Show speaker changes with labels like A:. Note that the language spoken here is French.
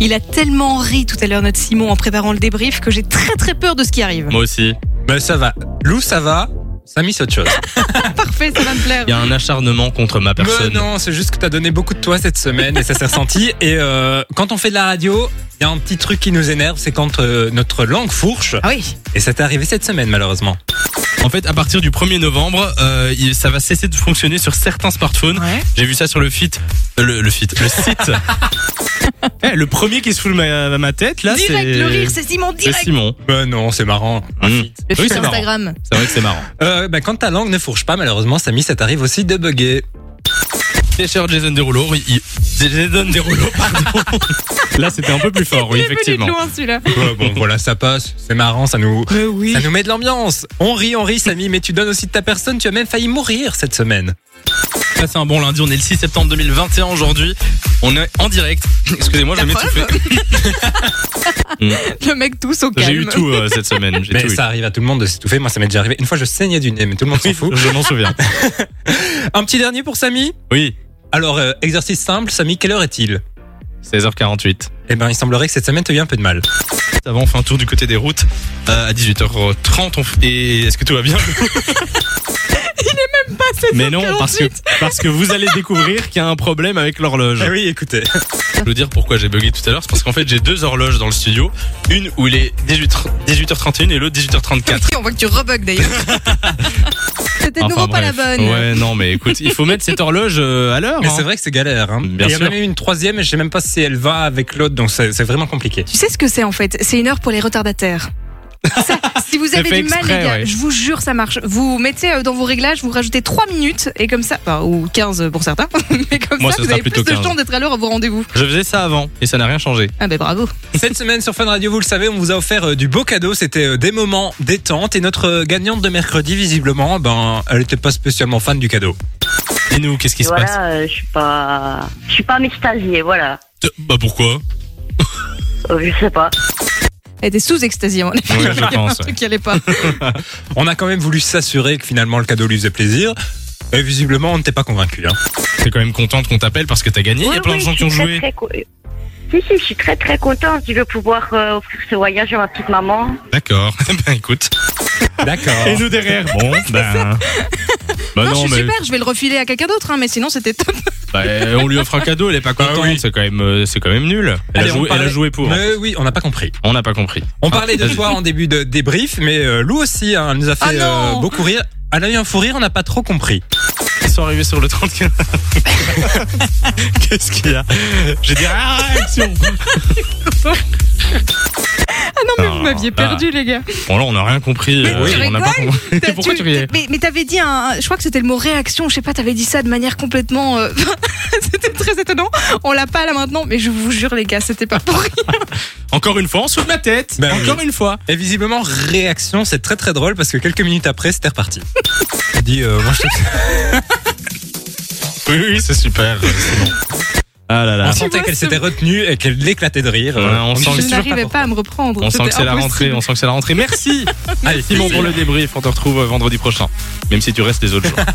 A: Il a tellement ri tout à l'heure, notre Simon, en préparant le débrief, que j'ai très très peur de ce qui arrive.
B: Moi aussi.
C: Ben ça va. Lou, ça va. Samy, c'est autre chose.
A: Parfait, ça va me plaire.
B: Il y a un acharnement contre ma
C: Ben
B: personne.
C: non, c'est juste que t'as donné beaucoup de toi cette semaine et ça s'est ressenti. Et euh, quand on fait de la radio, il y a un petit truc qui nous énerve, c'est quand euh, notre langue fourche.
A: Ah oui,
C: Et ça t'est arrivé cette semaine, malheureusement.
B: En fait, à partir du 1er novembre, euh, il- ça va cesser de fonctionner sur certains smartphones.
A: ouais.
B: J'ai vu ça sur le feed. euh, Le, le feed. Le site. Eh, le premier qui se fout de ma, ma tête, là, c'est.
A: direct, le rire, c'est Simon,
B: c'est
A: direct.
B: Simon.
C: Ben non, c'est marrant.
B: Mm.
A: Le
B: Oui,
A: fils
B: c'est marrant.
A: Instagram.
B: C'est vrai que c'est marrant.
C: Euh, ben quand ta langue ne fourche pas, malheureusement, Samy, ça t'arrive aussi de bugger.
B: Et cher Jason Derulo, oui, il... Jason Derulo, pardon. là, c'était un peu plus fort, oui,
A: Il est venu de
B: effectivement.
A: loin, celui-là.
C: Ouais, bon, voilà, ça passe. C'est marrant, ça nous,
A: Mais oui.
C: ça nous met de l'ambiance. On rit, on rit, Samy, mais tu donnes aussi de ta personne. Tu as même failli mourir cette semaine.
B: Passez un bon lundi, on est le 6 septembre 2021 aujourd'hui. On est en direct. Excusez-moi, je
A: La
B: vais m'étouffer.
A: Le mec tous au calme.
B: J'ai eu tout euh, cette semaine. J'ai
C: Mais
B: tout eu.
C: ça arrive à tout le monde de s'étouffer. Moi, ça m'est déjà arrivé. Une fois, je saignais du nez, mais tout le monde s'en fout.
B: Je m'en souviens.
C: Un petit dernier pour Samy.
B: Oui,
C: Alors, euh, exercice simple, Samy, quelle heure est-il
B: 16h48.
C: Eh ben, il semblerait que cette semaine te eu un peu de mal.
B: Avant, on fait un tour du côté des routes euh, à 18h30. On f- Et est-ce que tout va bien Mais non, parce que, parce que vous allez découvrir qu'il y a un problème avec l'horloge.
C: Ah Eh oui, écoutez.
B: Je vais vous dire pourquoi j'ai bugué tout à l'heure. C'est parce qu'en fait, j'ai deux horloges dans le studio. Une où il est 18, 18h31 et l'autre 18h34.
A: On voit que tu rebugs d'ailleurs. C'était de nouveau
B: Enfin,
A: pas la
B: bref.
A: bonne.
B: Ouais, non, mais écoute, il faut mettre cette horloge euh, à l'heure.
C: Mais
B: hein.
C: c'est vrai que c'est galère. Hein.
B: Bien
C: Et Il y
B: sûr.
C: en a même eu une troisième, et je sais même pas si elle va avec l'autre, donc c'est c'est vraiment compliqué.
A: Tu sais ce que c'est en fait C'est une heure pour les retardataires. Ça, si vous
B: C'est
A: avez du
B: fait
A: mal, les
B: exprès,
A: gars,
B: ouais.
A: je vous jure, ça marche. Vous mettez euh, dans vos réglages, vous rajoutez 3 minutes et comme ça, enfin, ou 15 pour certains, mais comme
B: Moi,
A: ça,
B: ce
A: vous
B: sera
A: avez plus de
B: plutôt 15.
A: chances d'être à l'heure à vos rendez-vous.
B: Je faisais ça avant et ça n'a rien changé.
A: Ah ben bravo.
C: Cette semaine sur Fun Radio, vous le savez, on vous a offert euh, du beau cadeau. C'était euh, des moments détente. Et notre euh, gagnante de mercredi, visiblement, ben, elle n'était pas spécialement fan du cadeau.
B: Et nous, qu'est-ce qui se passe
D: voilà, euh, je suis pas, je suis pas m'extasier, voilà.
B: Euh, Bah pourquoi
D: Euh, je sais pas.
A: Elle était sous-extasiée, on
B: Oui, je pense. ouais. Bah
A: truc qui allait pas.
C: On a quand même voulu s'assurer que finalement le cadeau lui faisait plaisir. Et visiblement, on n'était pas convaincu. Hein.
B: T'es quand même contente qu'on t'appelle parce que t'as gagné. il y
D: Oui,
B: a plein
D: oui,
B: de gens
D: je
B: qui ont
D: suis
B: joué.
D: très, très co- Si, si, je suis très très contente. Je vais pouvoir euh, offrir ce voyage à ma petite maman.
B: D'accord. ben écoute.
C: D'accord.
B: nous derrière. Bon, ben. Bah
A: non,
B: non,
A: je suis
B: mais
A: super, je vais le refiler à quelqu'un d'autre, hein, mais sinon c'était top.
B: bah, euh, on lui offre un cadeau, elle est pas
C: Bah
B: contente,
C: oui.
B: c'est quand même euh, c'est quand même nul. Elle,
C: Allez,
B: a,
C: on
B: joué, elle a
C: parlait-
B: joué pour.
C: Mais oui, on n'a pas compris.
B: On n'a pas compris.
C: On parlait de
B: vas-y.
C: toi en début de débrief, mais euh, Lou aussi, hein, elle nous a fait
A: Ah non
C: euh, beaucoup rire. Elle a eu un fou rire, on n'a pas trop compris.
B: Ils sont arrivés sur le 31. Qu'est-ce qu'il y a J'ai dit ah, réaction.
A: Ah non, mais
B: Ah,
A: vous m'aviez
B: ah.
A: perdu, les gars.
B: Bon là, on n'a rien compris. euh,
A: Mais tu
B: on n'a pas compris.
A: T'as-
B: Pourquoi tu riais
A: Mais, mais t'avais dit, un, un- je crois que c'était le mot réaction, je sais pas, t'avais dit ça de manière complètement. euh, c'était très étonnant. On l'a pas là maintenant, mais je vous jure, les gars, c'était pas pour rien.
B: Encore une fois, on souffle ma tête.
C: Ben
B: Encore une fois.
C: Et visiblement, réaction, c'est très très drôle parce que quelques minutes après, c'était reparti. Il dit, euh, moi, je te-
B: Oui, oui, c'est super. euh, C'est bon. Ah là là.
C: on
A: Tu
C: sentait
A: vois,
C: qu'elle
A: ce-
C: s'était retenue et qu'elle éclatait de rire. euh,
B: Ouais, on sent
C: dit,
A: Je
B: que-
C: je sais toujours
A: n'arrivais
C: pas
A: pas à me reprendre.
B: On sent
A: C'était
B: que c'est la
A: impossible.
B: rentrée, on sent que c'est la rentrée. Merci
C: pourquoi. Allez,
B: Simon pour
C: le-
B: euh, le débrief, on te retrouve vendredi prochain. Même si tu restes les autres jours.